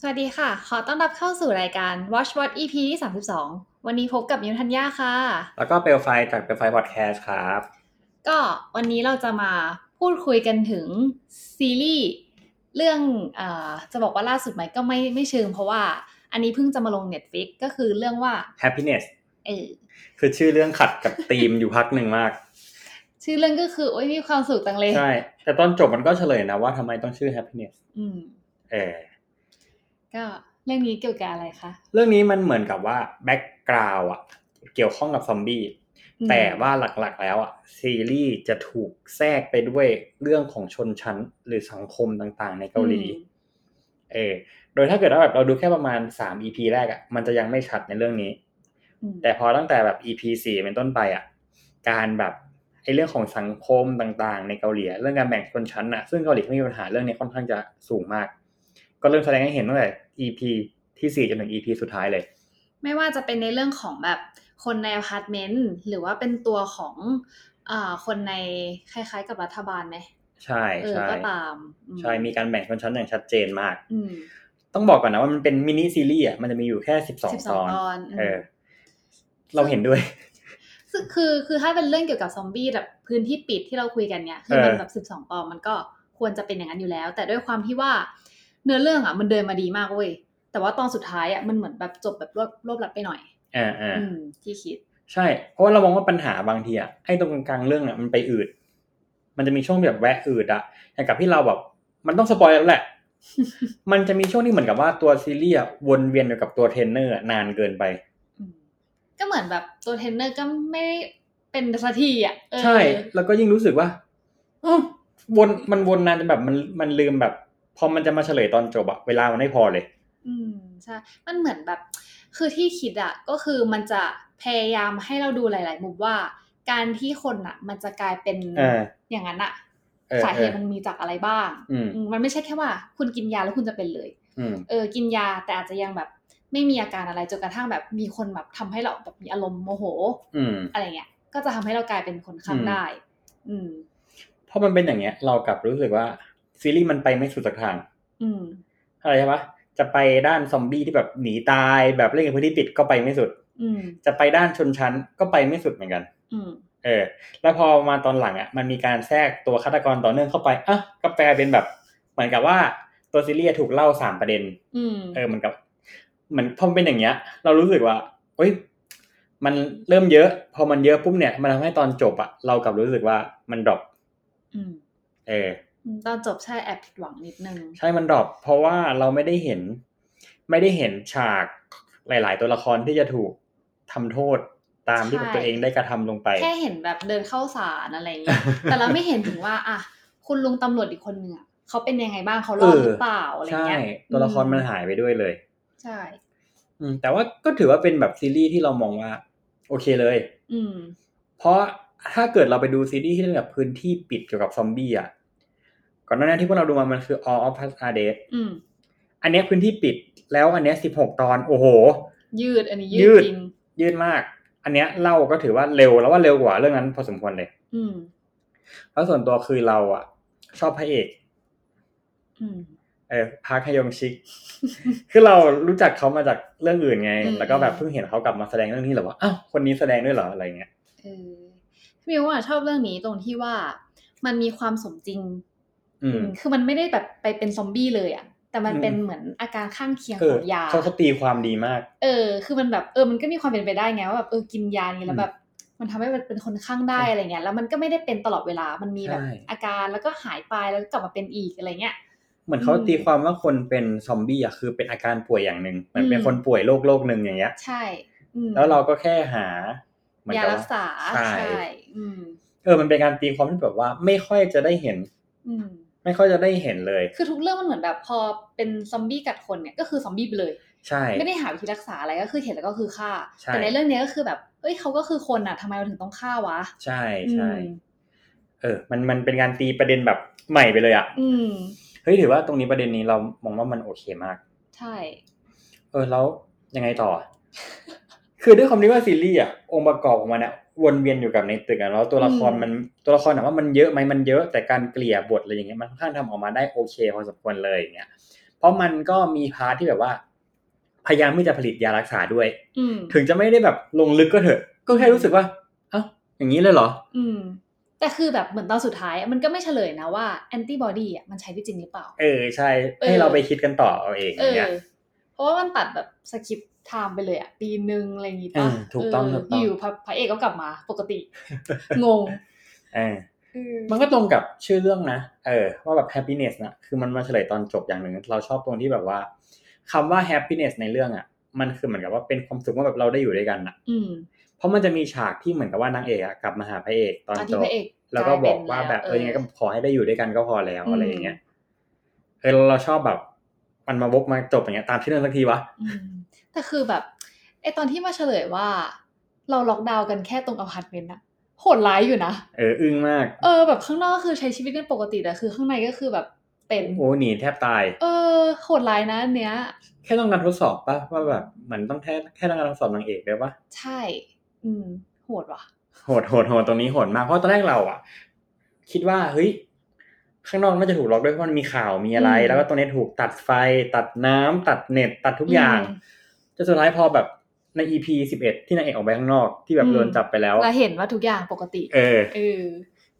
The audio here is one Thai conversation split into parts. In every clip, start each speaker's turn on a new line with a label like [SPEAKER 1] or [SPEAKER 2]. [SPEAKER 1] สวัสดีค่ะ ขอต้อนรับเข้าสู่รายการ Watch What EP ที่32 วันนี้พบกับมิวทัญญาค่ะ
[SPEAKER 2] แล้วก็เปลวไฟจากเปลวไฟพอดแคสต์ครับ
[SPEAKER 1] ก็วันนี้เราจะมาพูดคุยกันถึงซีรีส์เรื่องเออจะบอกว่าล่าสุดไหมก็ไม่ไม่เชิงเพราะว่าอันนี้เพิ่งจะมาลง Netflix ก็คือเรื่องว่า
[SPEAKER 2] happiness
[SPEAKER 1] เออ
[SPEAKER 2] คือชื่อเรื่องขัดกับธีม อยู่พักหนึ่งมาก
[SPEAKER 1] ชื่อเรื่องก็คือ โอ้ยมีความสุขจังเลย
[SPEAKER 2] ใช่ แต่ตอนจบมันก็เฉลยนะว่าทำไมต้องชื่อ happiness
[SPEAKER 1] อืม
[SPEAKER 2] เออ
[SPEAKER 1] ก็เรื่องนี้เกี่ยวกับอะไรคะ
[SPEAKER 2] เรื่องนี้มันเหมือนกับว่าแบ็กกราวอะเกี่ยวข้องกับซอมบี้
[SPEAKER 1] อืม
[SPEAKER 2] แต่ว่าหลักๆแล้วอะซีรีส์จะถูกแทรกไปด้วยเรื่องของชนชั้นหรือสังคมต่างๆ ในเกาหลี
[SPEAKER 1] อืม
[SPEAKER 2] เออ โดยถ้าเกิดว่าแบบเราดูแค่ประมาณ 3 EP แรกอะมันจะยังไม่ชัดในเรื่องนี้
[SPEAKER 1] อืม
[SPEAKER 2] แต่พอตั้งแต่แบบ EP 4เป็นต้นไปอ่ะ การแบบไอ้เรื่องของสังคมต่างๆ ในเกาหลีอะเรื่องการแบ่งชนชั้นอ่ะ ซึ่งเกาหลีเขามีปัญหาเรื่องนี้ค่อนข้างจะสูงมาก ก็เริ่มแสดงให้เห็นตั้งแต่ EP ที่4จนถึง EP สุดท้ายเลย
[SPEAKER 1] ไม่ว่าจะเป็นในเรื่องของแบบคนในอพาร์ตเมนต์หรือว่าเป็นตัวของเอ่อคนในคล้ายๆ กับรัฐบาลไหม
[SPEAKER 2] ใช่
[SPEAKER 1] เออ
[SPEAKER 2] ใช่
[SPEAKER 1] ก็ตามอื
[SPEAKER 2] ใช่มีการแบ่งชนชั้นอย่างชัดเจนมาก
[SPEAKER 1] อืม
[SPEAKER 2] ต้องบอกก่อนนะว่ามันเป็นมินิซีรีส์อ่ะมันจะมีอยู่แค่
[SPEAKER 1] สิบ
[SPEAKER 2] 12
[SPEAKER 1] ส
[SPEAKER 2] ต
[SPEAKER 1] อง
[SPEAKER 2] อน
[SPEAKER 1] ตอน
[SPEAKER 2] เออ
[SPEAKER 1] ม
[SPEAKER 2] เราเห็นด้วย
[SPEAKER 1] ซึ่งคือคือถ้าเป็นเรื่องเกี่ยวกับซอมบี้แบบพื้นที่ปิดที่เราคุยกันเนี่ยคือ
[SPEAKER 2] เออ
[SPEAKER 1] มันแบบสิบสองตอนมันก็ควรจะเป็นอย่างนั้นอยู่แล้ว แต่ด้วยความที่ว่าเนื้อเรื่องอ่ะมันเดินมาดีมากเว้ยแต่ว่าตอนสุดท้ายอ่ะมันเหมือนแบบจบแบบรวบรวบลัดไปหน่อย
[SPEAKER 2] อ่าอ่า
[SPEAKER 1] อืมที่คิด
[SPEAKER 2] ใช่ เพราะว่าเรามองว่าปัญหาบางทีอ่ะไอ้ตรงกลางๆเรื่องอ่ะมันไปอืด มันจะมีช่วงแบบแวะอืดอ่ะอย่างกับที่เราแบบมันต้องสปอยแล้ว แหละ มันจะมีช่วงที่เหมือนกับว่าตัวซีรีส์อะวนเวียนอยู่กับตัวเทรนเนอร์อะนานเกินไป
[SPEAKER 1] อืมก็เหมือนแบบตัวเทรนเนอร์ก็ไม่ได้เป็นสักทีอ่ะเออ
[SPEAKER 2] ใช่ แล้วก็ยิ่งรู้สึกว่าอื้อวนมันวนนานจนแบบมันมันลืมแบบ พอมันจะมาเฉลยตอนจบอะเวลามันไม่พอเลย
[SPEAKER 1] อืมใช่มันเหมือนแบบ คือที่คิดอ่ะก็คือมันจะพยายามให้เราดูหลาย ๆ มุมว่า การที่คนอ่ะ มันจะกลายเป็น
[SPEAKER 2] เออ
[SPEAKER 1] อย่างนั้นอ่ะ
[SPEAKER 2] เออ
[SPEAKER 1] สาเห
[SPEAKER 2] เออ
[SPEAKER 1] ตุมันมีจากอะไรบ้าง
[SPEAKER 2] อืม
[SPEAKER 1] อืมมันไม่ใช่แค่ว่า คุณกินยาแล้วคุณจะเป็นเลย
[SPEAKER 2] อืม
[SPEAKER 1] เออกินยาแต่อาจจะยังแบบไม่มีอาการอะไรจนกระทั่งแบบมีคนแบบทำให้เราแบบมีอารมณ์โมโห
[SPEAKER 2] อืม
[SPEAKER 1] อะไรเงี้ยก็จะทำให้เรากลายเป็นคนข้าง
[SPEAKER 2] อืม
[SPEAKER 1] ได้ อืม
[SPEAKER 2] พอมันเป็นอย่างเงี้ย เรากลับรู้สึกว่าซีรีส์มันไปไม่สุดสักทาง
[SPEAKER 1] อืม
[SPEAKER 2] อะไรใช่ปะจะไปด้านซอมบี้ที่แบบหนีตายแบบเล่นกับพื้นที่ปิดก็ไปไม่สุด
[SPEAKER 1] อืม
[SPEAKER 2] จะไปด้านชนชั้นก็ไปไม่สุดเหมือนกัน
[SPEAKER 1] อืม
[SPEAKER 2] เออ แล้วพอมาตอนหลังอ่ะ มันมีการแทรกตัวฆาตกรต่อเนื่องเข้าไปอ่ะก็แปลเป็นแบบ เหมือนกับว่าตัวซีรีส์ถูกเล่าสามประเด็น
[SPEAKER 1] อืม
[SPEAKER 2] เออเหมือนกับ เหมือนพอมันเป็นอย่างเงี้ย เรารู้สึกว่าเอ้ย มันเริ่มเยอะ พอมันเยอะปุ๊บเนี่ย มันทำให้ตอนจบอ่ะ เรากลับรู้สึกว่ามันดรอป
[SPEAKER 1] อืม
[SPEAKER 2] เออ
[SPEAKER 1] อืมตอนจบใช่แอบผิดหวังนิดนึง
[SPEAKER 2] ใช่มันดรอปเพราะว่าเราไม่ได้เห็น ไม่ได้เห็นฉากหลาย ๆ ตัวละครที่จะถูกทำโทษตามที่
[SPEAKER 1] ใช่
[SPEAKER 2] ตัวเองได้กระทำลงไป
[SPEAKER 1] แค่เห็นแบบเดินเข้าสารอะไรอย่างเงี้ ย แต่เราไม่เห็นถึงว่า อ่ะ คุณลุงตำรวจอีกคนหนึ่งอ่ะเขาเป็นยังไงบ้างเขารอด
[SPEAKER 2] เออ
[SPEAKER 1] หรือเปล่าอะไร
[SPEAKER 2] ใช่
[SPEAKER 1] เงี้ย
[SPEAKER 2] ตัวละครมันหายไปด้วยเลย
[SPEAKER 1] ใช่
[SPEAKER 2] อืมแต่ว่าก็ถือว่าเป็นแบบซีรีส์ที่เรามองว่า โอเคเลย
[SPEAKER 1] อืม
[SPEAKER 2] เพราะถ้าเกิดเราไปดูซีรีส์ที่เล่นกับพื้นที่ปิดเกี่ยวกับซอมบี้อ่ะก่อนหน้านี้ที่พวกเราดูมามันคือ All of Us Are Dead
[SPEAKER 1] อืม
[SPEAKER 2] อันเนี้ยพื้นที่ปิดแล้วอันเนี้ยสิบหกตอนโอ้โห
[SPEAKER 1] ยืดอันนี้
[SPEAKER 2] ยื
[SPEAKER 1] ยืด
[SPEAKER 2] ด
[SPEAKER 1] จริง
[SPEAKER 2] ยืดมาก อันเนี้ยเล่าก็ถือว่าเร็วแล้วว่าเร็วกว่าเรื่องนั้นพอสมควรเลย
[SPEAKER 1] อืม
[SPEAKER 2] แล้วส่วนตัวคือเราอ่ะ ชอบพระเอก
[SPEAKER 1] อืม
[SPEAKER 2] เออพาร์คฮยองชิก คือเรารู้จักเขามาจากเรื่องอื่นไง
[SPEAKER 1] อืม
[SPEAKER 2] แล้วก็แบบเพิ่งเห็นเขากลับมาแสดงเรื่องนี้เหรอวะอ้าวคนนี้แสดงด้วยเหรออะไรเงี้ย
[SPEAKER 1] เออพี่มิวอ่ะชอบเรื่องนี้ตรงที่ว่ามันมีความสมจริง
[SPEAKER 2] อืม
[SPEAKER 1] คือมันไม่ได้แบบไปเป็นซอมบี้เลยอ่ะ แต่มัน
[SPEAKER 2] อืม
[SPEAKER 1] เป็นเหมือนอาการข้างเคียง
[SPEAKER 2] เอ
[SPEAKER 1] ข
[SPEAKER 2] อ
[SPEAKER 1] องยา
[SPEAKER 2] เขาเขาตีความดีมาก
[SPEAKER 1] เออ คือมันแบบ เออ มันก็มีความเป็นไปได้ไงว่าแบบ เออ กินยานี้แล้วแบบ มันทำให้มันเป็นคนข้างได้อะไรเงี้ย แล้วมันก็ไม่ได้เป็นตลอดเวลา มันมีแบบ
[SPEAKER 2] ใช่
[SPEAKER 1] อาการแล้วก็หายไปแล้วก็กลับมาเป็นอีกอะไรเงี้ย
[SPEAKER 2] เหมือนเขา
[SPEAKER 1] อืม
[SPEAKER 2] ตีความว่าคนเป็นซอมบี้อ่ะคือเป็นอาการป่วยอย่างหนึ่งเหมือนเป็น
[SPEAKER 1] อืม
[SPEAKER 2] คนป่วยโรคโรคหนึ่งอย่างเงี้ย
[SPEAKER 1] ใช่ อืม
[SPEAKER 2] แล้วเราก็แค่หา เหมือน
[SPEAKER 1] ยา
[SPEAKER 2] กับ
[SPEAKER 1] รั
[SPEAKER 2] ว่
[SPEAKER 1] กษา
[SPEAKER 2] ใช่
[SPEAKER 1] ใช่ อืม
[SPEAKER 2] เออมันเป็นการตีความที่แบบว่าไม่ค่อยจะได้เห็น
[SPEAKER 1] อืม
[SPEAKER 2] ไม่ค่อยจะได้เห็นเลย
[SPEAKER 1] คือทุกเรื่องมันเหมือนแบบพอเป็นซอมบี้กัดคนเนี่ย ก็คือซอมบี้ไปเลย
[SPEAKER 2] ใช่
[SPEAKER 1] ไม่ได้หาวิธีรักษาอะไร ก็คือเห็นแล้วก็คือฆ่า
[SPEAKER 2] ใช่
[SPEAKER 1] แต่ในเรื่องเนี้ยก็คือแบบ เอ้ยเขาก็คือคนอ่ะทำไมเราถึงต้องฆ่าวะ
[SPEAKER 2] ใช่ใช่
[SPEAKER 1] อืม
[SPEAKER 2] เออ มันมันเป็นการตีประเด็นแบบใหม่ไปเลยอ่ะ
[SPEAKER 1] อืม
[SPEAKER 2] เฮ้ยถือว่าตรงนี้ประเด็นนี้เรามองว่ามันโอเคมาก
[SPEAKER 1] ใช่
[SPEAKER 2] เออแล้วยังไงต่อ คือด้วยความที่ว่าซีรีส์อ่ะองค์ประกอบของมันอ่ะวนเวียนอยู่กับในตึกอ่ะแล้วตัวละคร
[SPEAKER 1] อืม
[SPEAKER 2] มันตัวละครถามว่ามันเยอะไหมมันเยอะแต่การเกลี่ยบทอะไรอย่างเงี้ยมันค่อนข้างทำออกมาได้โอเคพอสมควรเลยอย่างเงี้ยพอ ราะมันก็มีพาร์ทที่แบบว่า พยายามที่จะผลิตยารักษาด้วย
[SPEAKER 1] อืม
[SPEAKER 2] ถึงจะไม่ได้แบบลงลึกก็เถอะ ก็แค่รู้สึกว่า เอ้าอย่างนี้เลยเหรอ
[SPEAKER 1] อืม แต่คือแบบเหมือนตอนสุดท้ายอะมันก็ไม่เฉลยนะว่าแอนติบอดีอ่ะมันใช้ได้จริงหรือเปล่า
[SPEAKER 2] เออใช่
[SPEAKER 1] เออ
[SPEAKER 2] ให้เราไปคิดกันต่อเอาเอง
[SPEAKER 1] เอ
[SPEAKER 2] อย่าง
[SPEAKER 1] อ
[SPEAKER 2] เงี้ย
[SPEAKER 1] เพราะว่ามันตัดแบบสคริปต์ไทม์ไปเลยอ่ะปีหนึ่งอะไรอย่างงี้
[SPEAKER 2] เอ
[SPEAKER 1] ป่ะ
[SPEAKER 2] อถูกต้อง
[SPEAKER 1] เ
[SPEAKER 2] ถูกต้อง
[SPEAKER 1] ยู่พระพระเอกก็กลับมาปก ติ งง
[SPEAKER 2] เออ
[SPEAKER 1] เออ
[SPEAKER 2] มันก็ตรงกับชื่อเรื่องนะเออว่าแบบ happiness นะคือมันมาเฉลยตอนจบอย่างหนึ่งเราชอบตรงที่แบบว่าคำว่า happiness ในเรื่องอ่ะ มันคือเหมือนกับว่าเป็นความสุขว่าแบบเราได้อยู่ด้วยกันอ่ะ
[SPEAKER 1] อืม
[SPEAKER 2] เพราะมันจะมีฉากที่เหมือนกับว่านางเอกอะกลับมาหาพระเอกตอน
[SPEAKER 1] ตอน
[SPEAKER 2] จ
[SPEAKER 1] ที่
[SPEAKER 2] บ
[SPEAKER 1] พระเอก
[SPEAKER 2] แล้วก็บอกว่า
[SPEAKER 1] ล้ย
[SPEAKER 2] แบ
[SPEAKER 1] เป็น
[SPEAKER 2] บเออยังไงก็
[SPEAKER 1] เ
[SPEAKER 2] ขอให้ได้อยู่ด้วยกันก็พอแล้ว
[SPEAKER 1] อืม
[SPEAKER 2] อะไรอย่างเงี้ยเออเราชอบแบบมันมาบกมาจบอย่างเงี้ยตามที่เรื่องสักทีวะ
[SPEAKER 1] อืมแต่คือแบบไอตอนที่มาเฉลยว่า เราล็อกดาวน์กันแค่ตรงอพาร์ตเมนต์อะโหดร้ายอยู่นะ
[SPEAKER 2] เอออึ้งมาก
[SPEAKER 1] เออแบบข้างนอกคือใช้ชีวิตกันปกติแต่คือข้างในก็คือแบบเป็น
[SPEAKER 2] โอ้หนีแทบตาย
[SPEAKER 1] เออโหดร้ายนะอันเนี้ย
[SPEAKER 2] แค่ต้องการทดสอบปะว่าแบบเหมือนต้องแค่แค่ต้องการทดสอบนางเอกเลยปะ
[SPEAKER 1] ใช่ อืม โหดว่ะ
[SPEAKER 2] โหดโหดโหดตรงนี้โหดมากเพราะตอนแรกเราอะคิดว่าเฮ้ยข้างนอกน่าจะถูกล็อกด้วยเพราะมันมีข่าวมีอะไร
[SPEAKER 1] อืม
[SPEAKER 2] แล้วก็ตรงนี้ถูกตัดไฟ ตัดน้ำตัดเน็ตตัดทุกอย่าง
[SPEAKER 1] อืม
[SPEAKER 2] จนสุดท้ายพอแบบใน EP สิบเอ็ดที่นางเอกออกไปข้างนอกที่แบ
[SPEAKER 1] อื
[SPEAKER 2] บ
[SPEAKER 1] ม
[SPEAKER 2] โดนจับไปแล้ว
[SPEAKER 1] เราเห็นว่าทุกอย่างปกติ
[SPEAKER 2] เออ
[SPEAKER 1] เออ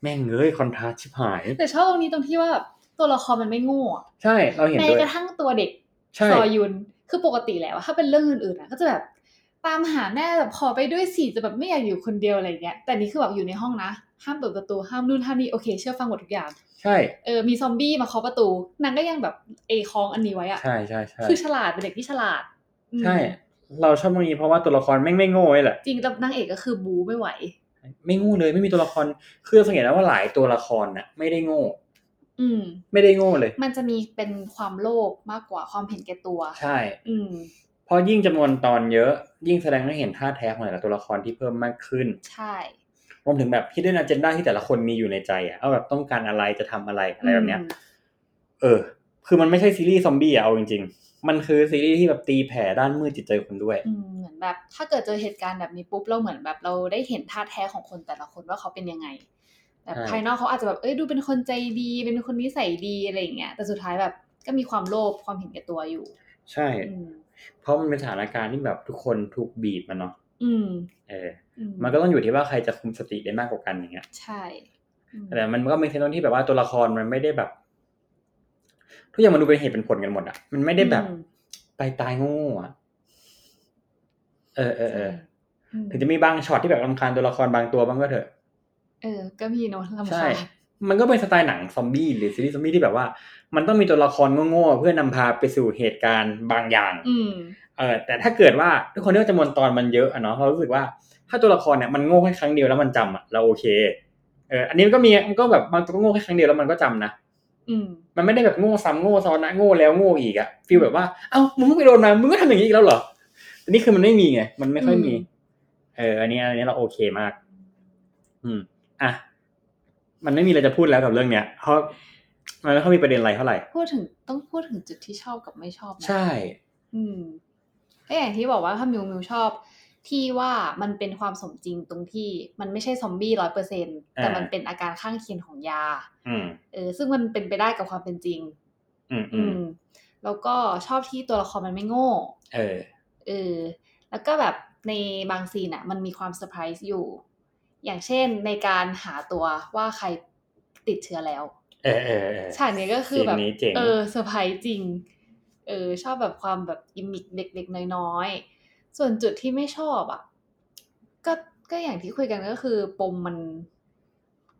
[SPEAKER 2] แม่งเอ้ยคอนทราสต์ชิบหาย
[SPEAKER 1] แต่ชอบตรงนี้ตรงที่ว่าแบบตัวละครมันไม่โง่อะ
[SPEAKER 2] ใช่เราเห็น
[SPEAKER 1] แม้
[SPEAKER 2] ด้วย
[SPEAKER 1] กระทั่งตัวเด็ก
[SPEAKER 2] ใช่
[SPEAKER 1] ซอยุน คือปกติแล้วอะถ้าเป็นเรื่องอื่นๆอะก็จะแบบตามหาแม่แบบขอไปด้วยสิจะแบบไม่อยากอยู่คนเดียวอะไรเงี้ย แต่นี่คือแบบอยู่ในห้องนะ ห้ามเปิดประตูห้ามนู่นห้ามนี่โอเคเชื่อฟังหมดทุกอย่าง
[SPEAKER 2] ใช่
[SPEAKER 1] เออมีซอมบี้มาเคาะประตูนางก็ยังแบบเอคล้องอันนี้ไว้อะ
[SPEAKER 2] ใช่ใช่ใช่
[SPEAKER 1] คือฉลาดเป็นเด็กที่ฉลาดอืม
[SPEAKER 2] ใช่ เราชอบตรงนี้เพราะว่าตัวละครแม่งไม่โง่เลยแหละ
[SPEAKER 1] จริงแต่นางเอกก็คือบูไม่ไหว
[SPEAKER 2] ไม่โง่เลยไม่มีตัวละคร คือสังเกตแล้วว่าหลายตัวละครน่ะ ไม่ได้โง่
[SPEAKER 1] อืม
[SPEAKER 2] ไม่ได้โง่เลย
[SPEAKER 1] มันจะมีเป็นความโลภมากกว่าความเห็นแก่ตัว
[SPEAKER 2] ใช่
[SPEAKER 1] อืม
[SPEAKER 2] เพราะยิ่งจำนวนตอนเยอะ ยิ่งแสดงให้เห็นท่าแท้ของแต่ละตัวละครที่เพิ่มมากขึ้น
[SPEAKER 1] ใช่
[SPEAKER 2] รวมถึงแบบ hidden agenda ที่แต่ละคนมีอยู่ในใจอะเอาแบบต้องการอะไรจะทำอะไรอะไรแบบเนี้ย
[SPEAKER 1] อืม
[SPEAKER 2] เออ คือมันไม่ใช่ซีรีส์ซอมบี้อะเอาจริงๆ มันคือซีรีส์ที่แบบตีแผ่ด้านมืดจิตใจคนด้วย
[SPEAKER 1] อืมเหมือนแบบ ถ้าเกิดเจอเหตุการณ์แบบนี้ปุ๊บเราเหมือนแบบเราได้เห็นท่าแท้ของคนแต่ละคนว่าเขาเป็นยังไง แต่
[SPEAKER 2] ใช่
[SPEAKER 1] ภายนอกเขาอาจจะแบบเอ้ยดูเป็นคนใจดี เป็นคนนิสัยดีอะไรอย่างเงี้ยแต่สุดท้ายแบบก็มีความโลภความเห็นแก่ตัวอยู่
[SPEAKER 2] ใช่
[SPEAKER 1] อืม
[SPEAKER 2] เพราะมันเป็นสถานการณ์ที่แบบทุกคนถูกบีบมันเนาะ
[SPEAKER 1] อืม
[SPEAKER 2] เออ
[SPEAKER 1] อืม
[SPEAKER 2] มันก็ต้องอยู่ที่ว่าใครจะคุมสติได้มากกว่ากันอย่างเงี้ย
[SPEAKER 1] ใช่อืม
[SPEAKER 2] แต่มันก็มีเทนนที่แบบว่าตัวละครมันไม่ได้แบบ ทุกอย่างมันดูเป็นเหตุเป็นผลกันหมดอะมันไม่ได้แบบ
[SPEAKER 1] อืม
[SPEAKER 2] ไปตายโง่อะเออเออเออ
[SPEAKER 1] ม
[SPEAKER 2] ถึงจะมีบางช็อตที่แบบรำคาญตัวละครบางตัวบ้างก็เถอะ
[SPEAKER 1] เออ ก็มีเนาะลำ
[SPEAKER 2] ใช่
[SPEAKER 1] คาญ
[SPEAKER 2] มันก็เป็นสไตล์หนังซอมบี้หรือซีรีส์ซอมบี้ที่แบบว่า มันต้องมีตัวละครโง่ๆเพื่อนำพาไปสู่เหตุการณ์บางอย่าง
[SPEAKER 1] อืม
[SPEAKER 2] เออแต่ถ้าเกิดว่าทุกคนที่ว่าจำนวนตอนมันเยอะอะเนาะเรารู้สึกว่าถ้าตัวละครเนี่ยมันโง่แค่ครั้งเดียวแล้วมันจำอะเราโอเคเอออันนี้มันก็มีมันก็แบบมันก็โง่แค่ครั้งเดียวแล้วมันก็จำนะ
[SPEAKER 1] อืม
[SPEAKER 2] มันไม่ได้แบบโง่ซ้ำโง่ซ้อนนะโง่แล้วโง่อีกอะฟีลแบบว่าเอ้ามึงเพิ่งไปโดนมามึงก็ทำอย่างนี้อีกแล้วเหรออันนี้คือมันไม่มีไงมันไม่ค่อยมี
[SPEAKER 1] อืม
[SPEAKER 2] เอออันนี้อันนี้เราโอเคมาก อืมอ่ะมันไม่มีอะไรจะพูดแล้วกับเรื่องเนี้ยเพราะมันไม่ค่อยมีประเด็นอะไรเท่าไหร่
[SPEAKER 1] พูดถึงต้องพูดถึงจุดที่ชอบกับไม่ชอบนะ
[SPEAKER 2] ใช่
[SPEAKER 1] อืมก็อย่างที่บอกว่าถ้ามิวมิวชอบ ที่ว่ามันเป็นความสมจริงตรงที่มันไม่ใช่ซอมบี้ร้อยเปอร์เซ็นแต่
[SPEAKER 2] อ่ามั
[SPEAKER 1] มันเป็นอาการข้างเคียงของยา
[SPEAKER 2] อืม
[SPEAKER 1] เออ ซึ่งมันเป็นไปได้กับความเป็นจริง
[SPEAKER 2] อืมอื
[SPEAKER 1] อื
[SPEAKER 2] ม
[SPEAKER 1] ม แล้วก็ชอบที่ตัวละครมันไม่โง่
[SPEAKER 2] เออ
[SPEAKER 1] เออแล้วก็แบบในบางซีนอะมันมีความเซอร์ไพรส์อยู่ อย่างเช่นในการหาตัวว่าใครติดเชื้อแล้ว
[SPEAKER 2] เออเออเออ
[SPEAKER 1] ฉากนี้ก็คือแบบ
[SPEAKER 2] ซีนนี้เจ๋ง
[SPEAKER 1] อเซอร์ไพรส์จริง เออ ชอบแบบความแบบกิมมิกเด็กๆน้อยๆ ส่วนจุดที่ไม่ชอบอ่ะ ก็ก็อย่างที่คุยกันก็คือ ปมมัน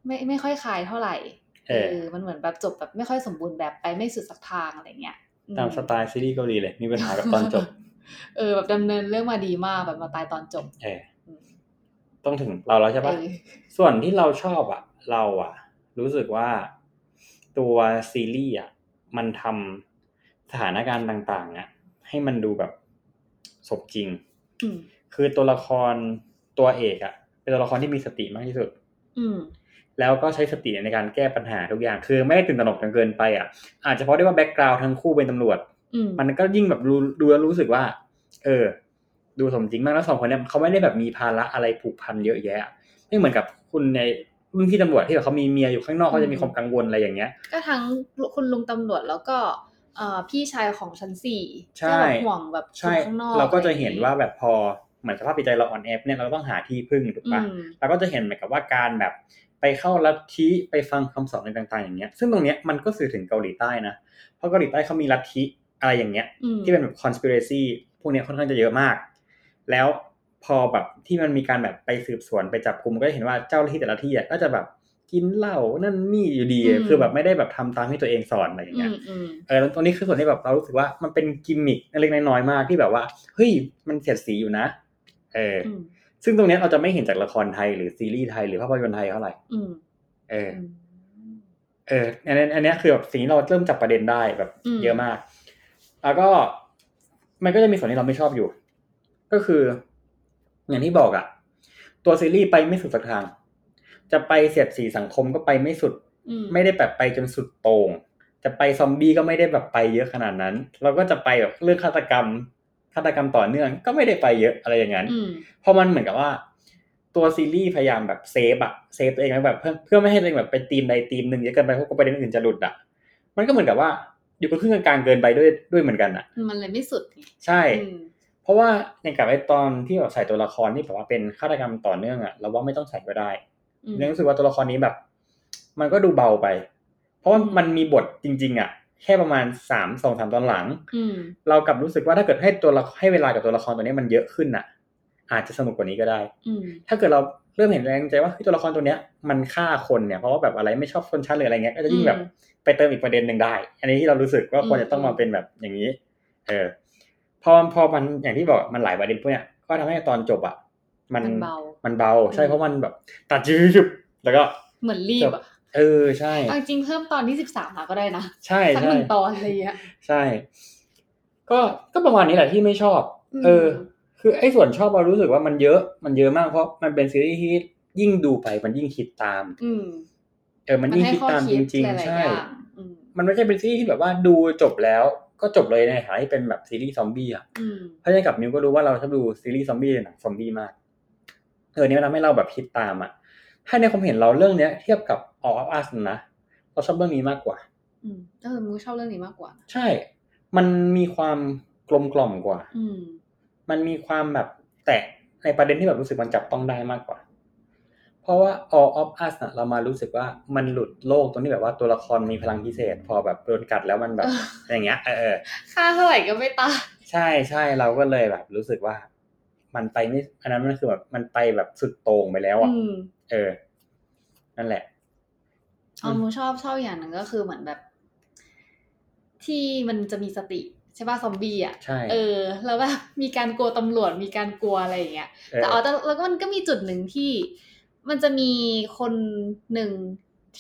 [SPEAKER 1] ไม่ไม่ค่อยคลายเท่าไหร่
[SPEAKER 2] เออ
[SPEAKER 1] มันเหมือนแบบจบแบบไม่ค่อยสมบูรณ์แบบไปไม่สุดสักทางอะไรเงี้ยอื
[SPEAKER 2] ตามสไตล์ซีรีส์เกาหลีเลย มีปัญหากับตอนจบ
[SPEAKER 1] เออ แบบดำเนินเรื่องมาดีมากแบบมาตายตอนจบ
[SPEAKER 2] เออ ต้องถึงเราแล้วใช่ปะ
[SPEAKER 1] เออ
[SPEAKER 2] ส่วนที่เราชอบอ่ะ เราอ่ะ รู้สึกว่าตัวซีรีส์อ่ะ มันทำสถานการณ์ต่างๆ อ่ะ ให้มันดูแบบสมจริง
[SPEAKER 1] อืม
[SPEAKER 2] คือตัวละครตัวเอกอ่ะ เป็นตัวละครที่มีสติมากที่สุด
[SPEAKER 1] อืม
[SPEAKER 2] แล้วก็ใช้สติในการแก้ปัญหาทุกอย่าง คือไม่ได้ตื่นตระหนกจนเกินไปอ่ะ อาจจะเพราะได้ว่าแบ็กกราวด์ทั้งคู่เป็นตำรวจ
[SPEAKER 1] อืม
[SPEAKER 2] มันก็ยิ่งแบบดูดูแล้วรู้สึกว่า เออ ดูสมจริงมากแล้วสองคนเนี่ยเขาไม่ได้แบบมีภาระอะไรผูกพันเยอะแยะ ไม่เหมือนกับคุณในรุ่นพี่ตำรวจที่แบบเขามีเมียอยู่ข้างนอกเขาจะมีความกังวลอะไรอย่างเงี้ย
[SPEAKER 1] ก็ทั้งคุณลุงตำรวจแล้วก็ เอ่อพี่ชายของชั้นสี่
[SPEAKER 2] ใช่
[SPEAKER 1] ที่แบบห่วงแบบคน
[SPEAKER 2] ใช่
[SPEAKER 1] ข้างนอก
[SPEAKER 2] เราก็จะเห็นว่าแบบพอเหมือนสภาพจิตใจเราอ่อนแอเนี่ยเราก็ต้องหาที่พึ่งถูก
[SPEAKER 1] อื
[SPEAKER 2] ปะ
[SPEAKER 1] ม
[SPEAKER 2] เราก็จะเห็นเหมือนกับว่าการแบบไปเข้าลัทธิไปฟังคำสอนอะไรต่างๆ อย่างเงี้ย ซึ่งตรงเนี้ยมันก็สื่อถึงเกาหลีใต้นะเพราะเกาหลีใต้เขามีลัทธิอะไรอย่างเงี้ย
[SPEAKER 1] อืม
[SPEAKER 2] ที่เป็นแบบ conspiracy พวกเนี้ยค่อนข้างจะเยอะมาก แล้วพอแบบที่มันมีการแบบไปสืบสวนไปจับกลุ่มก็จะเห็นว่าเจ้าหน้าที่แต่ละที่อะก็จะแบบกินเหล้านั่นนี่อยู่ดีอะคือแบบไม่ได้แบบทำตามที่ตัวเองสอนอะไรอย่าง
[SPEAKER 1] อื
[SPEAKER 2] เงี้ย
[SPEAKER 1] มอืม
[SPEAKER 2] เออแล้วตรงนี้คือส่วนที่แบบเรารู้สึกว่ามันเป็นกิมมิคเล็กๆน้อยๆมากที่แบบว่าเฮ้ยมันเสียดสีอยู่นะเอออ
[SPEAKER 1] อืม
[SPEAKER 2] ซึ่งตรงเนี้ยเราจะไม่เห็นจากละครไทยหรือซีรีส์ไทยหรือภาพยนตร์ไทยเท่าไหร่
[SPEAKER 1] อืม
[SPEAKER 2] เออ
[SPEAKER 1] อืม
[SPEAKER 2] เอออันนี้อันเนี้ยคือแบบสิ่งที่เราเริ่มจับประเด็นได้แบบ
[SPEAKER 1] อืม
[SPEAKER 2] เยอะมาก แล้วก็มันก็จะมีส่วนที่เราไม่ชอบอยู่ ก็คือ อย่างที่บอกอะตัวซีรีส์ไปไม่สุดสักทาง จะไปเสียดสีสังคมก็ไปไม่สุด
[SPEAKER 1] อืม
[SPEAKER 2] ไม่ได้แบบไปจนสุดโต่ง จะไปซอมบี้ก็ไม่ได้แบบไปเยอะขนาดนั้น เราก็จะไปแบบเรื่องฆาตกรรม ฆาตกรรมต่อเนื่องก็ไม่ได้ไปเยอะอะไรอย่างนั้น
[SPEAKER 1] อืม
[SPEAKER 2] เพราะมันเหมือนกับว่า ตัวซีรีส์พยายามแบบเซฟอะเซฟตัวเองไว้แบบเพื่อเพื่อไม่ให้ตัวเองแบบไปตีมใดตีมหนึ่งเยอะเกินไปเพราะก็ประเด็นอื่นจะหลุดอะมันก็เหมือนกับว่าอยู่กับครึ่งกลางๆเกินไปด้วยด้วยเหมือนกันอะ
[SPEAKER 1] มันเลยไม่สุดไง
[SPEAKER 2] ใช่
[SPEAKER 1] อืม
[SPEAKER 2] เพราะว่าอย่างกับไอตอนที่แบบใส่ตัวละครที่แบบว่าเป็นฆาตกรรมต่อเนื่องอะเราว่าไม่ต้องใส่ก็ได้
[SPEAKER 1] อืม
[SPEAKER 2] ยังรู้สึกว่าตัวละครนี้แบบ มันก็ดูเบาไป เพราะว่า
[SPEAKER 1] อืม
[SPEAKER 2] มันมีบทจริง ๆ อ่ะ แค่ประมาณสามสองสามตอนหลัง
[SPEAKER 1] อืม
[SPEAKER 2] เรากลับรู้สึกว่าถ้าเกิดให้ตัวละให้เวลากับตัวละครตัวนี้มันเยอะขึ้นอ่ะ อาจจะสนุกกว่านี้ก็ได้
[SPEAKER 1] อืม
[SPEAKER 2] ถ้าเกิดเราเริ่มเห็นแรงใจว่าเฮ้ยตัวละครตัวเนี้ยมันฆ่าคนเนี่ยเพราะว่าแบบอะไรไม่ชอบคนชั้นหรืออะไรเงี้ยก็จะยิ่งแบบ ไปเติมอีกประเด็นหนึ่งได้ อันนี้ที่เรารู้สึกว่าควรจะต้องมาเป็นแบบอย่างนี้ เออ พอพอมันอย่างที่บอกมันหลายประเด็นพวกเนี้ย ก็ทำให้ตอนจบอ่ะ มัน
[SPEAKER 1] มันเบา
[SPEAKER 2] มันเบาใช่
[SPEAKER 1] อืม
[SPEAKER 2] เพราะมันแบบ ตัดยืบๆแล้วก็
[SPEAKER 1] เหมือนรีบอะ
[SPEAKER 2] เออใช่
[SPEAKER 1] เอาจริงเพิ่มตอนที่สิบสามมาก็ได้นะ
[SPEAKER 2] ใช่
[SPEAKER 1] สักห
[SPEAKER 2] ใช่
[SPEAKER 1] นึ่งตอนอะไรอย่างเงี้ย
[SPEAKER 2] ใช่ ก็ก็ประมาณนี้แหละที่ไม่ชอบ
[SPEAKER 1] อืม
[SPEAKER 2] เออ คือไอ้ส่วนชอบเรารู้สึกว่ามันเยอะมันเยอะมากเพราะมันเป็นซีรีส์ที่ยิ่งดูไปมันยิ่งคิดตาม
[SPEAKER 1] อืม
[SPEAKER 2] เออมันยิ่ง
[SPEAKER 1] ให้
[SPEAKER 2] คิด
[SPEAKER 1] ข้อ
[SPEAKER 2] ตาม
[SPEAKER 1] คิ
[SPEAKER 2] จ
[SPEAKER 1] ด
[SPEAKER 2] ริง
[SPEAKER 1] ห
[SPEAKER 2] ๆ
[SPEAKER 1] ลาย
[SPEAKER 2] ใช่
[SPEAKER 1] ๆอย่างอืม
[SPEAKER 2] มันไม่ใช่เป็นซีรีส์ที่แบบว่าดูจบแล้วก็จบเลยในฐานะที่เป็นแบบซีรีส์ซอมบี้อ่ะ
[SPEAKER 1] อืม
[SPEAKER 2] เพราะยังกับมิวก็รู้ว่าเราชอบดูซีรีส์ซอมบี้หนังซอมบี้มากเออเนี่ยมันทำให้เราแบบคิดตามอ่ะถ้าในความเห็นเราเรื่องเนี้ยเทียบกับออฟอัสนะเราชอบเรื่องนี้มากกว่า
[SPEAKER 1] อืมเออมึงชอบเรื่องนี้มากกว่านะ
[SPEAKER 2] ใช่ มันมีความกลมกล่อมกว่า
[SPEAKER 1] อืม
[SPEAKER 2] มันมีความแบบแตะในประเด็นที่แบบรู้สึกมันจับต้องได้มากกว่า เพราะว่า all of us นะเรามารู้สึกว่ามันหลุดโลกตรงที่แบบว่าตัวละครมีพลังพิเศษ พอแบบโดนกัดแล้วมันแบบ
[SPEAKER 1] เออ
[SPEAKER 2] อย่างเงี้ยเออเออ
[SPEAKER 1] ค่าเท่าไหร่ก็ไม่ตาย
[SPEAKER 2] ใช่ใช่เราก็เลยแบบ รู้สึกว่า มันไปไม่อันนั้นมันคือแบบมันไปแบบสุดโต่งไปแล้วอ่ะ
[SPEAKER 1] อืม
[SPEAKER 2] เออ นั่นแหละ
[SPEAKER 1] เอา
[SPEAKER 2] อืม
[SPEAKER 1] มูชอบชอบอย่างหนึ่งก็คือเหมือนแบบ ที่มันจะมีสติใช่ป่ะซอมบี้อ่ะ
[SPEAKER 2] ใช่
[SPEAKER 1] เออ แล้วแบบ มีการกลัวตำรวจมีการกลัวอะไรอย่างเงี้ย
[SPEAKER 2] เออ
[SPEAKER 1] แต่อ๋อแต่แล้วก็มันก็มีจุดหนึ่งที่ มันจะมีคนหนึ่ง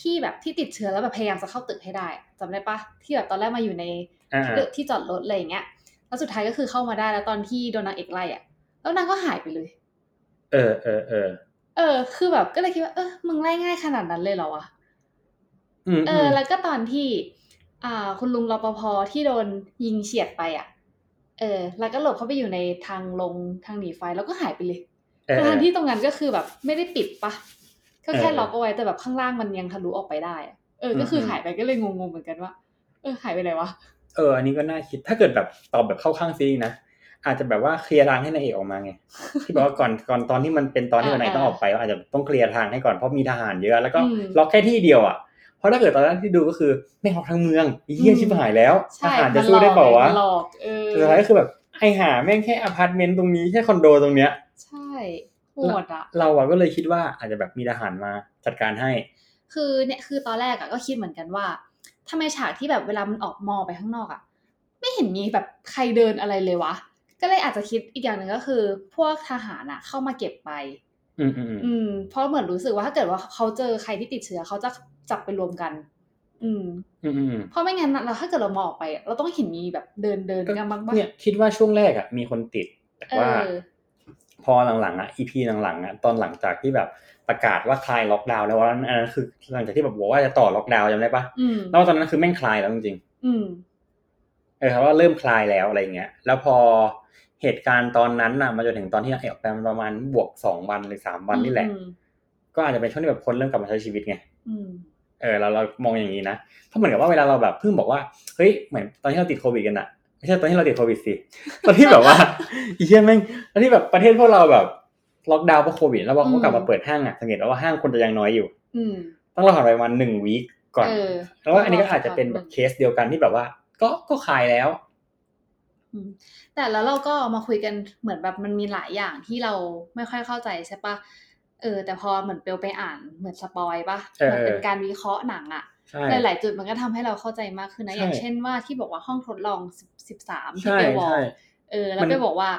[SPEAKER 1] ที่แบบที่ติดเชื้อแล้วแบบพยายามจะเข้าตึกให้ได้จำได้ปะที่แบบตอนแรกมาอยู่ใน
[SPEAKER 2] อ่า
[SPEAKER 1] ที่จอดรถอะไรอย่างเงี้ยแล้วสุดท้ายก็คือเข้ามาได้แล้วตอนที่โดนนางเอกไล่อ่ะ แล้วนางก็หายไปเลย
[SPEAKER 2] เออเออเออ
[SPEAKER 1] เออ คือแบบก็เลยคิดว่าเออมึงไล่ง่ายขนาดนั้นเลยเหรอวะ
[SPEAKER 2] อืม
[SPEAKER 1] เอ
[SPEAKER 2] อื
[SPEAKER 1] อ
[SPEAKER 2] ม
[SPEAKER 1] แล้วก็ตอนที่ อ่า คุณลุงรปภที่โดนยิงเฉียดไปอ่ะ เออ แล้วก็หลบเข้าไปอยู่ในทางลงทางหนีไฟแล้วก็หายไปเลย
[SPEAKER 2] เออเอ
[SPEAKER 1] ทาง
[SPEAKER 2] อ
[SPEAKER 1] ที่ตรงนั้นก็คือแบบไม่ได้ปิดปะก็แค่
[SPEAKER 2] เออ
[SPEAKER 1] ล็อกเอาไว้แต่แบบข้างล่างมันยังทะลุออกไปได้อะเออ ก็คืออ
[SPEAKER 2] ม
[SPEAKER 1] หายไปก็เลยงงๆเหมือนกันว่า เออหายไปไหนวะ
[SPEAKER 2] เออ อันนี้ก็น่าคิด ถ้าเกิดแบบตอบแบบเข้าข้างซีรีส์นะ อาจจะแบบว่าเคลียร์ทางให้นางเอกออก มาไง ที่บอกว่าก่อนก่อนตอนที่มันเป็นตอนที่มันนางเอกต้องออกไปอาจจะต้องเคลียร์ทางให้ก่อนเพราะมีทหารเยอะแล้วก็ล็อกแค่ที่เดียวอ่ะ เพราะถ้าเกิดตอนแรกที่ดูก็คือไม่งล็อกทั้งเมืองอีเยี่ยชิบหายแล้วท
[SPEAKER 1] ใช่
[SPEAKER 2] หาร
[SPEAKER 1] มั
[SPEAKER 2] จะ
[SPEAKER 1] นห
[SPEAKER 2] สู้
[SPEAKER 1] ลอก
[SPEAKER 2] ได้เปล่าวะ
[SPEAKER 1] มันหลอกเออ
[SPEAKER 2] แต่สุดท้ายก็คือแบบไอหาแม่งแค่อพาร์ตเมนต์ตรงนี้แค่คอนโดตรงเนี้ย
[SPEAKER 1] ใช่โหดอ่ะ
[SPEAKER 2] เราอะก็เลยคิดว่าอาจจะแบบมีทหารมาจัดการให้
[SPEAKER 1] คือเนี่ยคือตอนแรกอะก็คิดเหมือนกันว่าทำไมฉากที่แบบเวลามันออกมองไปข้างนอกอะไม่เห็นมีแบบใครเดินอะไรเลยวะ ก็เลยอาจจะคิดอีกอย่างหนึ่งก็คือ พวกทหารอะเข้ามาเก็บไป
[SPEAKER 2] อืมอืมอืม
[SPEAKER 1] อืม เพราะเหมือนรู้สึกว่าถ้าเกิดว่าเขาเจอใครที่ติดเชื้อเขาจะจับไปรวมกัน อืม
[SPEAKER 2] อืมอืมอืม
[SPEAKER 1] เพราะไม่งั้นอะเราถ้าเกิดเรามองออกไปอะเราต้องเห็นมีแบบเดินเดินกันบ้างปะ
[SPEAKER 2] เนี่ยคิดว่าช่วงแรกอ่ะมีคนติด แต่ว่า
[SPEAKER 1] เออ
[SPEAKER 2] พอหลังๆอ่ะอีพีหลังๆอ่ะตอนหลังจากที่แบบประกาศว่าคลายล็อกดาวน์แล้ววันนั้นอันนั้นคือหลังจากที่แบบบอกว่าจะต่อล็อกดาวน์จำได้ปะ
[SPEAKER 1] อืม
[SPEAKER 2] แล้วตอนนั้นคือแม่งคลายแล้วจริง
[SPEAKER 1] อืม
[SPEAKER 2] ๆเออครับว่าเริ่มคลายแล้วอะไรอย่างเงี้ย แล้วพอเหตุการณ์ตอนนั้นน่ะมาจนถึงตอนที่เราแอบไปมันประมาณบวกสองวันหรือสามวันนี่แหละ
[SPEAKER 1] อืม
[SPEAKER 2] ก็อาจจะเป็นช่วงที่แบบคนเริ่มกลับมาใช้ชีวิตไง
[SPEAKER 1] อืม
[SPEAKER 2] เออเราเรามองอย่างนี้นะเพราะเหมือนกับว่าเวลาเราแบบเพิ่งบอกว่าเฮ้ยเหมือนตอนที่เราติดโควิดกันอะไม่ใช่ตอนที่เราติดโควิ ดสิ ตอนที่แบบว่า อีเชี่ยแม่งตอนที่แบบประเทศพวกเราแบบล็อกดาวน์เพราะโควิด แล้วพอเขากลับมาเปิดห้างอะสังเกตว่าห้างคนจะยังน้อยอยู่
[SPEAKER 1] อืม
[SPEAKER 2] ต้องรอผ่านไปวันหนึ่งวีคก่อน
[SPEAKER 1] เออ
[SPEAKER 2] แล้วว่าอันนี้ก็อาจจะเป็นแบบเคสเดียวกันที่แบบว่า ก็ก็ขายแล้ว
[SPEAKER 1] อืมแต่แล้วเราก็มาคุยกันเหมือนแบบมันมีหลายอย่างที่เราไม่ค่อยเข้าใจใช่ปะเออ แต่พอเหมือนเปลไปอ่านเหมือนสปอยปะ
[SPEAKER 2] เออ
[SPEAKER 1] มันเป็นการวิเคราะห์หนังอะ
[SPEAKER 2] ใช่
[SPEAKER 1] หลาย ๆ จุดมันก็ทำให้เราเข้าใจมากขึ้นนะ
[SPEAKER 2] ใช่
[SPEAKER 1] อย่างเช่นว่าที่บอกว่าห้องทดลองสิบสามที่
[SPEAKER 2] ใช่
[SPEAKER 1] เปลบอก
[SPEAKER 2] ใช่
[SPEAKER 1] เออ แล้ว
[SPEAKER 2] มัน
[SPEAKER 1] เปลบอกว่า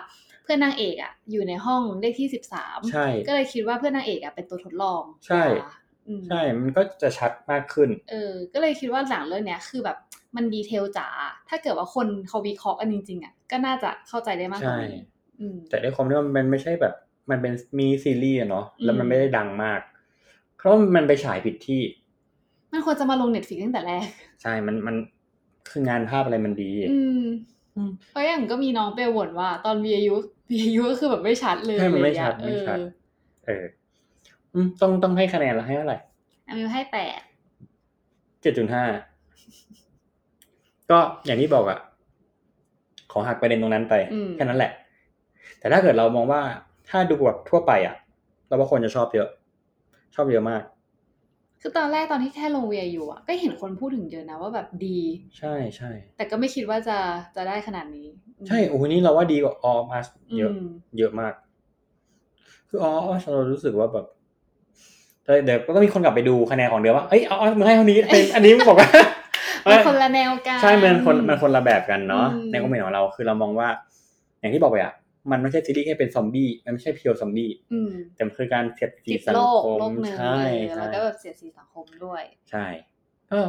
[SPEAKER 1] เพื่อนนางเอกอะอยู่ในห้องเลขที่สิบสาม
[SPEAKER 2] ใช่
[SPEAKER 1] ก็เลยคิดว่าเพื่อนนางเอกอะเป็นตัวทดลอง
[SPEAKER 2] ใช่
[SPEAKER 1] ค่ะอืม
[SPEAKER 2] ใช่ มันก็จะชัดมากขึ้น
[SPEAKER 1] เออ ก็เลยคิดว่าหนังเรื่องเนี้ยคือแบบมันดีเทลจ๋า ถ้าเกิดว่าคนเขาวิเคราะห์กันจริงๆอ่ะ ก็น่าจะเข้าใจได้มากกว่า
[SPEAKER 2] ใช่
[SPEAKER 1] นี้อืม
[SPEAKER 2] แต่ด้วยความที่ว่ามันไม่ใช่แบบ มันเป็นมีซีรีส์อะเนาะแล้วมั
[SPEAKER 1] อื
[SPEAKER 2] น
[SPEAKER 1] ม
[SPEAKER 2] ไม่ได้ดังมาก เพราะว่ามันไปฉายผิดที่
[SPEAKER 1] มันควรจะมาลงเน็ตฟิกตั้งแต่แรก
[SPEAKER 2] ใช่มันมันคืองานภาพอะไรมันดี
[SPEAKER 1] อืม
[SPEAKER 2] อืม
[SPEAKER 1] เพราะอย่างก็มีน้องไปบ่นว่า ตอน VAU VAU ก็คือแบบไม่ชัดเลย
[SPEAKER 2] ใช่มันไม่
[SPEAKER 1] อะรเงี้ย
[SPEAKER 2] ชัดไม่ชัด
[SPEAKER 1] เออ
[SPEAKER 2] เอออืมต้องต้องให้คะแนนเราให้เท่าไหร่
[SPEAKER 1] อามิวให้แปด
[SPEAKER 2] เจ็ดจุดห้าก็อย่างที่บอกอะขอหักประเด็นตรงนั้นไป แค่นั้นแหละ แต่ถ้าเกิดเรามองว่าถ้าดูแบบทั่วไปอะเราว่าคนจะชอบเยอะ ชอบเยอะมาก
[SPEAKER 1] คือตอนแรกตอนที่แค่ลง VAU อ่ะ ก็เห็นคนพูดถึงเยอะนะว่าแบบดี
[SPEAKER 2] ใช่ใช่
[SPEAKER 1] แต่ก็ไม่คิดว่าจะจะได้ขนาดนี้อืม
[SPEAKER 2] ใช่โอ้โหนี่เราว่าดีกว่าออมัสเยอะ
[SPEAKER 1] ม
[SPEAKER 2] เยอะมาก คือออมัสเรารู้สึกว่าแบบแต่เดี๋ยวก็ต้องมีคนกลับไปดูคะแนนของเดียวว่าเอ้ยออมัสมึงให้เท่านี้เป็นอันนี้มึงบอกว่า
[SPEAKER 1] มันคนละแนวกัน
[SPEAKER 2] ใช่มันคนมันคนละแบบกันเนาะ
[SPEAKER 1] อืม
[SPEAKER 2] ในความเห็นของเราคือเรามองว่า อย่างที่บอกไปอ่ะ มันไม่ใช่ซีรีส์แค่เป็นซอมบี้มันไม่ใช่เพียวซอมบี้
[SPEAKER 1] อืม
[SPEAKER 2] แต่มันคือการเสียดสี
[SPEAKER 1] จิต
[SPEAKER 2] สัง
[SPEAKER 1] โลก
[SPEAKER 2] คม
[SPEAKER 1] โลกหนึ่ง
[SPEAKER 2] ใช่
[SPEAKER 1] เออ
[SPEAKER 2] ใช่
[SPEAKER 1] แล้วก็แบบเสียดสีสังคมด้วย
[SPEAKER 2] ใช่ก็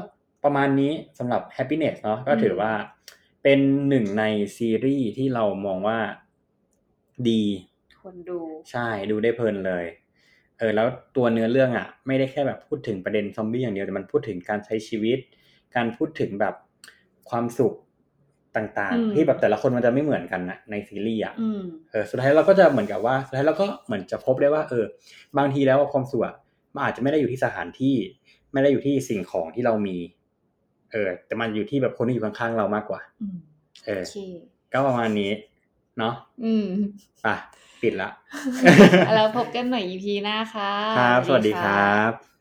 [SPEAKER 2] ประมาณนี้สำหรับ happiness เนาะก็ถืออ
[SPEAKER 1] ม
[SPEAKER 2] ว่าเป็นหนึ่งในซีรีส์ที่เรามองว่าดี
[SPEAKER 1] คนดู
[SPEAKER 2] ใช่ดูได้เพลินเลย เออแล้วตัวเนื้อเรื่องอ่ะ ไม่ได้แค่แบบพูดถึงประเด็นซอมบี้อย่างเดียวแต่มันพูดถึงการใช้ชีวิต การพูดถึงแบบความสุขต่างๆ ที่แบบแต่ละคนมันจะไม่เหมือนกันนะในซีรีส์อ่ะ
[SPEAKER 1] อืม
[SPEAKER 2] เออสุดท้ายเราก็จะเหมือนกับว่าสุดท้ายเราก็เหมือนจะพบได้ว่า เออ บางทีแล้วความสุขอะมันอาจจะไม่ได้อยู่ที่สถานที่ ไม่ได้อยู่ที่สิ่งของที่เรามี เออ แต่มันอยู่ที่แบบคนที่อยู่ข้างๆเรามากกว่า
[SPEAKER 1] อืม
[SPEAKER 2] เอ
[SPEAKER 1] โอ
[SPEAKER 2] อ
[SPEAKER 1] เค
[SPEAKER 2] ก็ประมาณนี้เนาะ
[SPEAKER 1] อื ม
[SPEAKER 2] ไปปิดละ
[SPEAKER 1] แล้วพบกันใหม่ EP หน้าค่ะ
[SPEAKER 2] ครับ สวัสดีครับ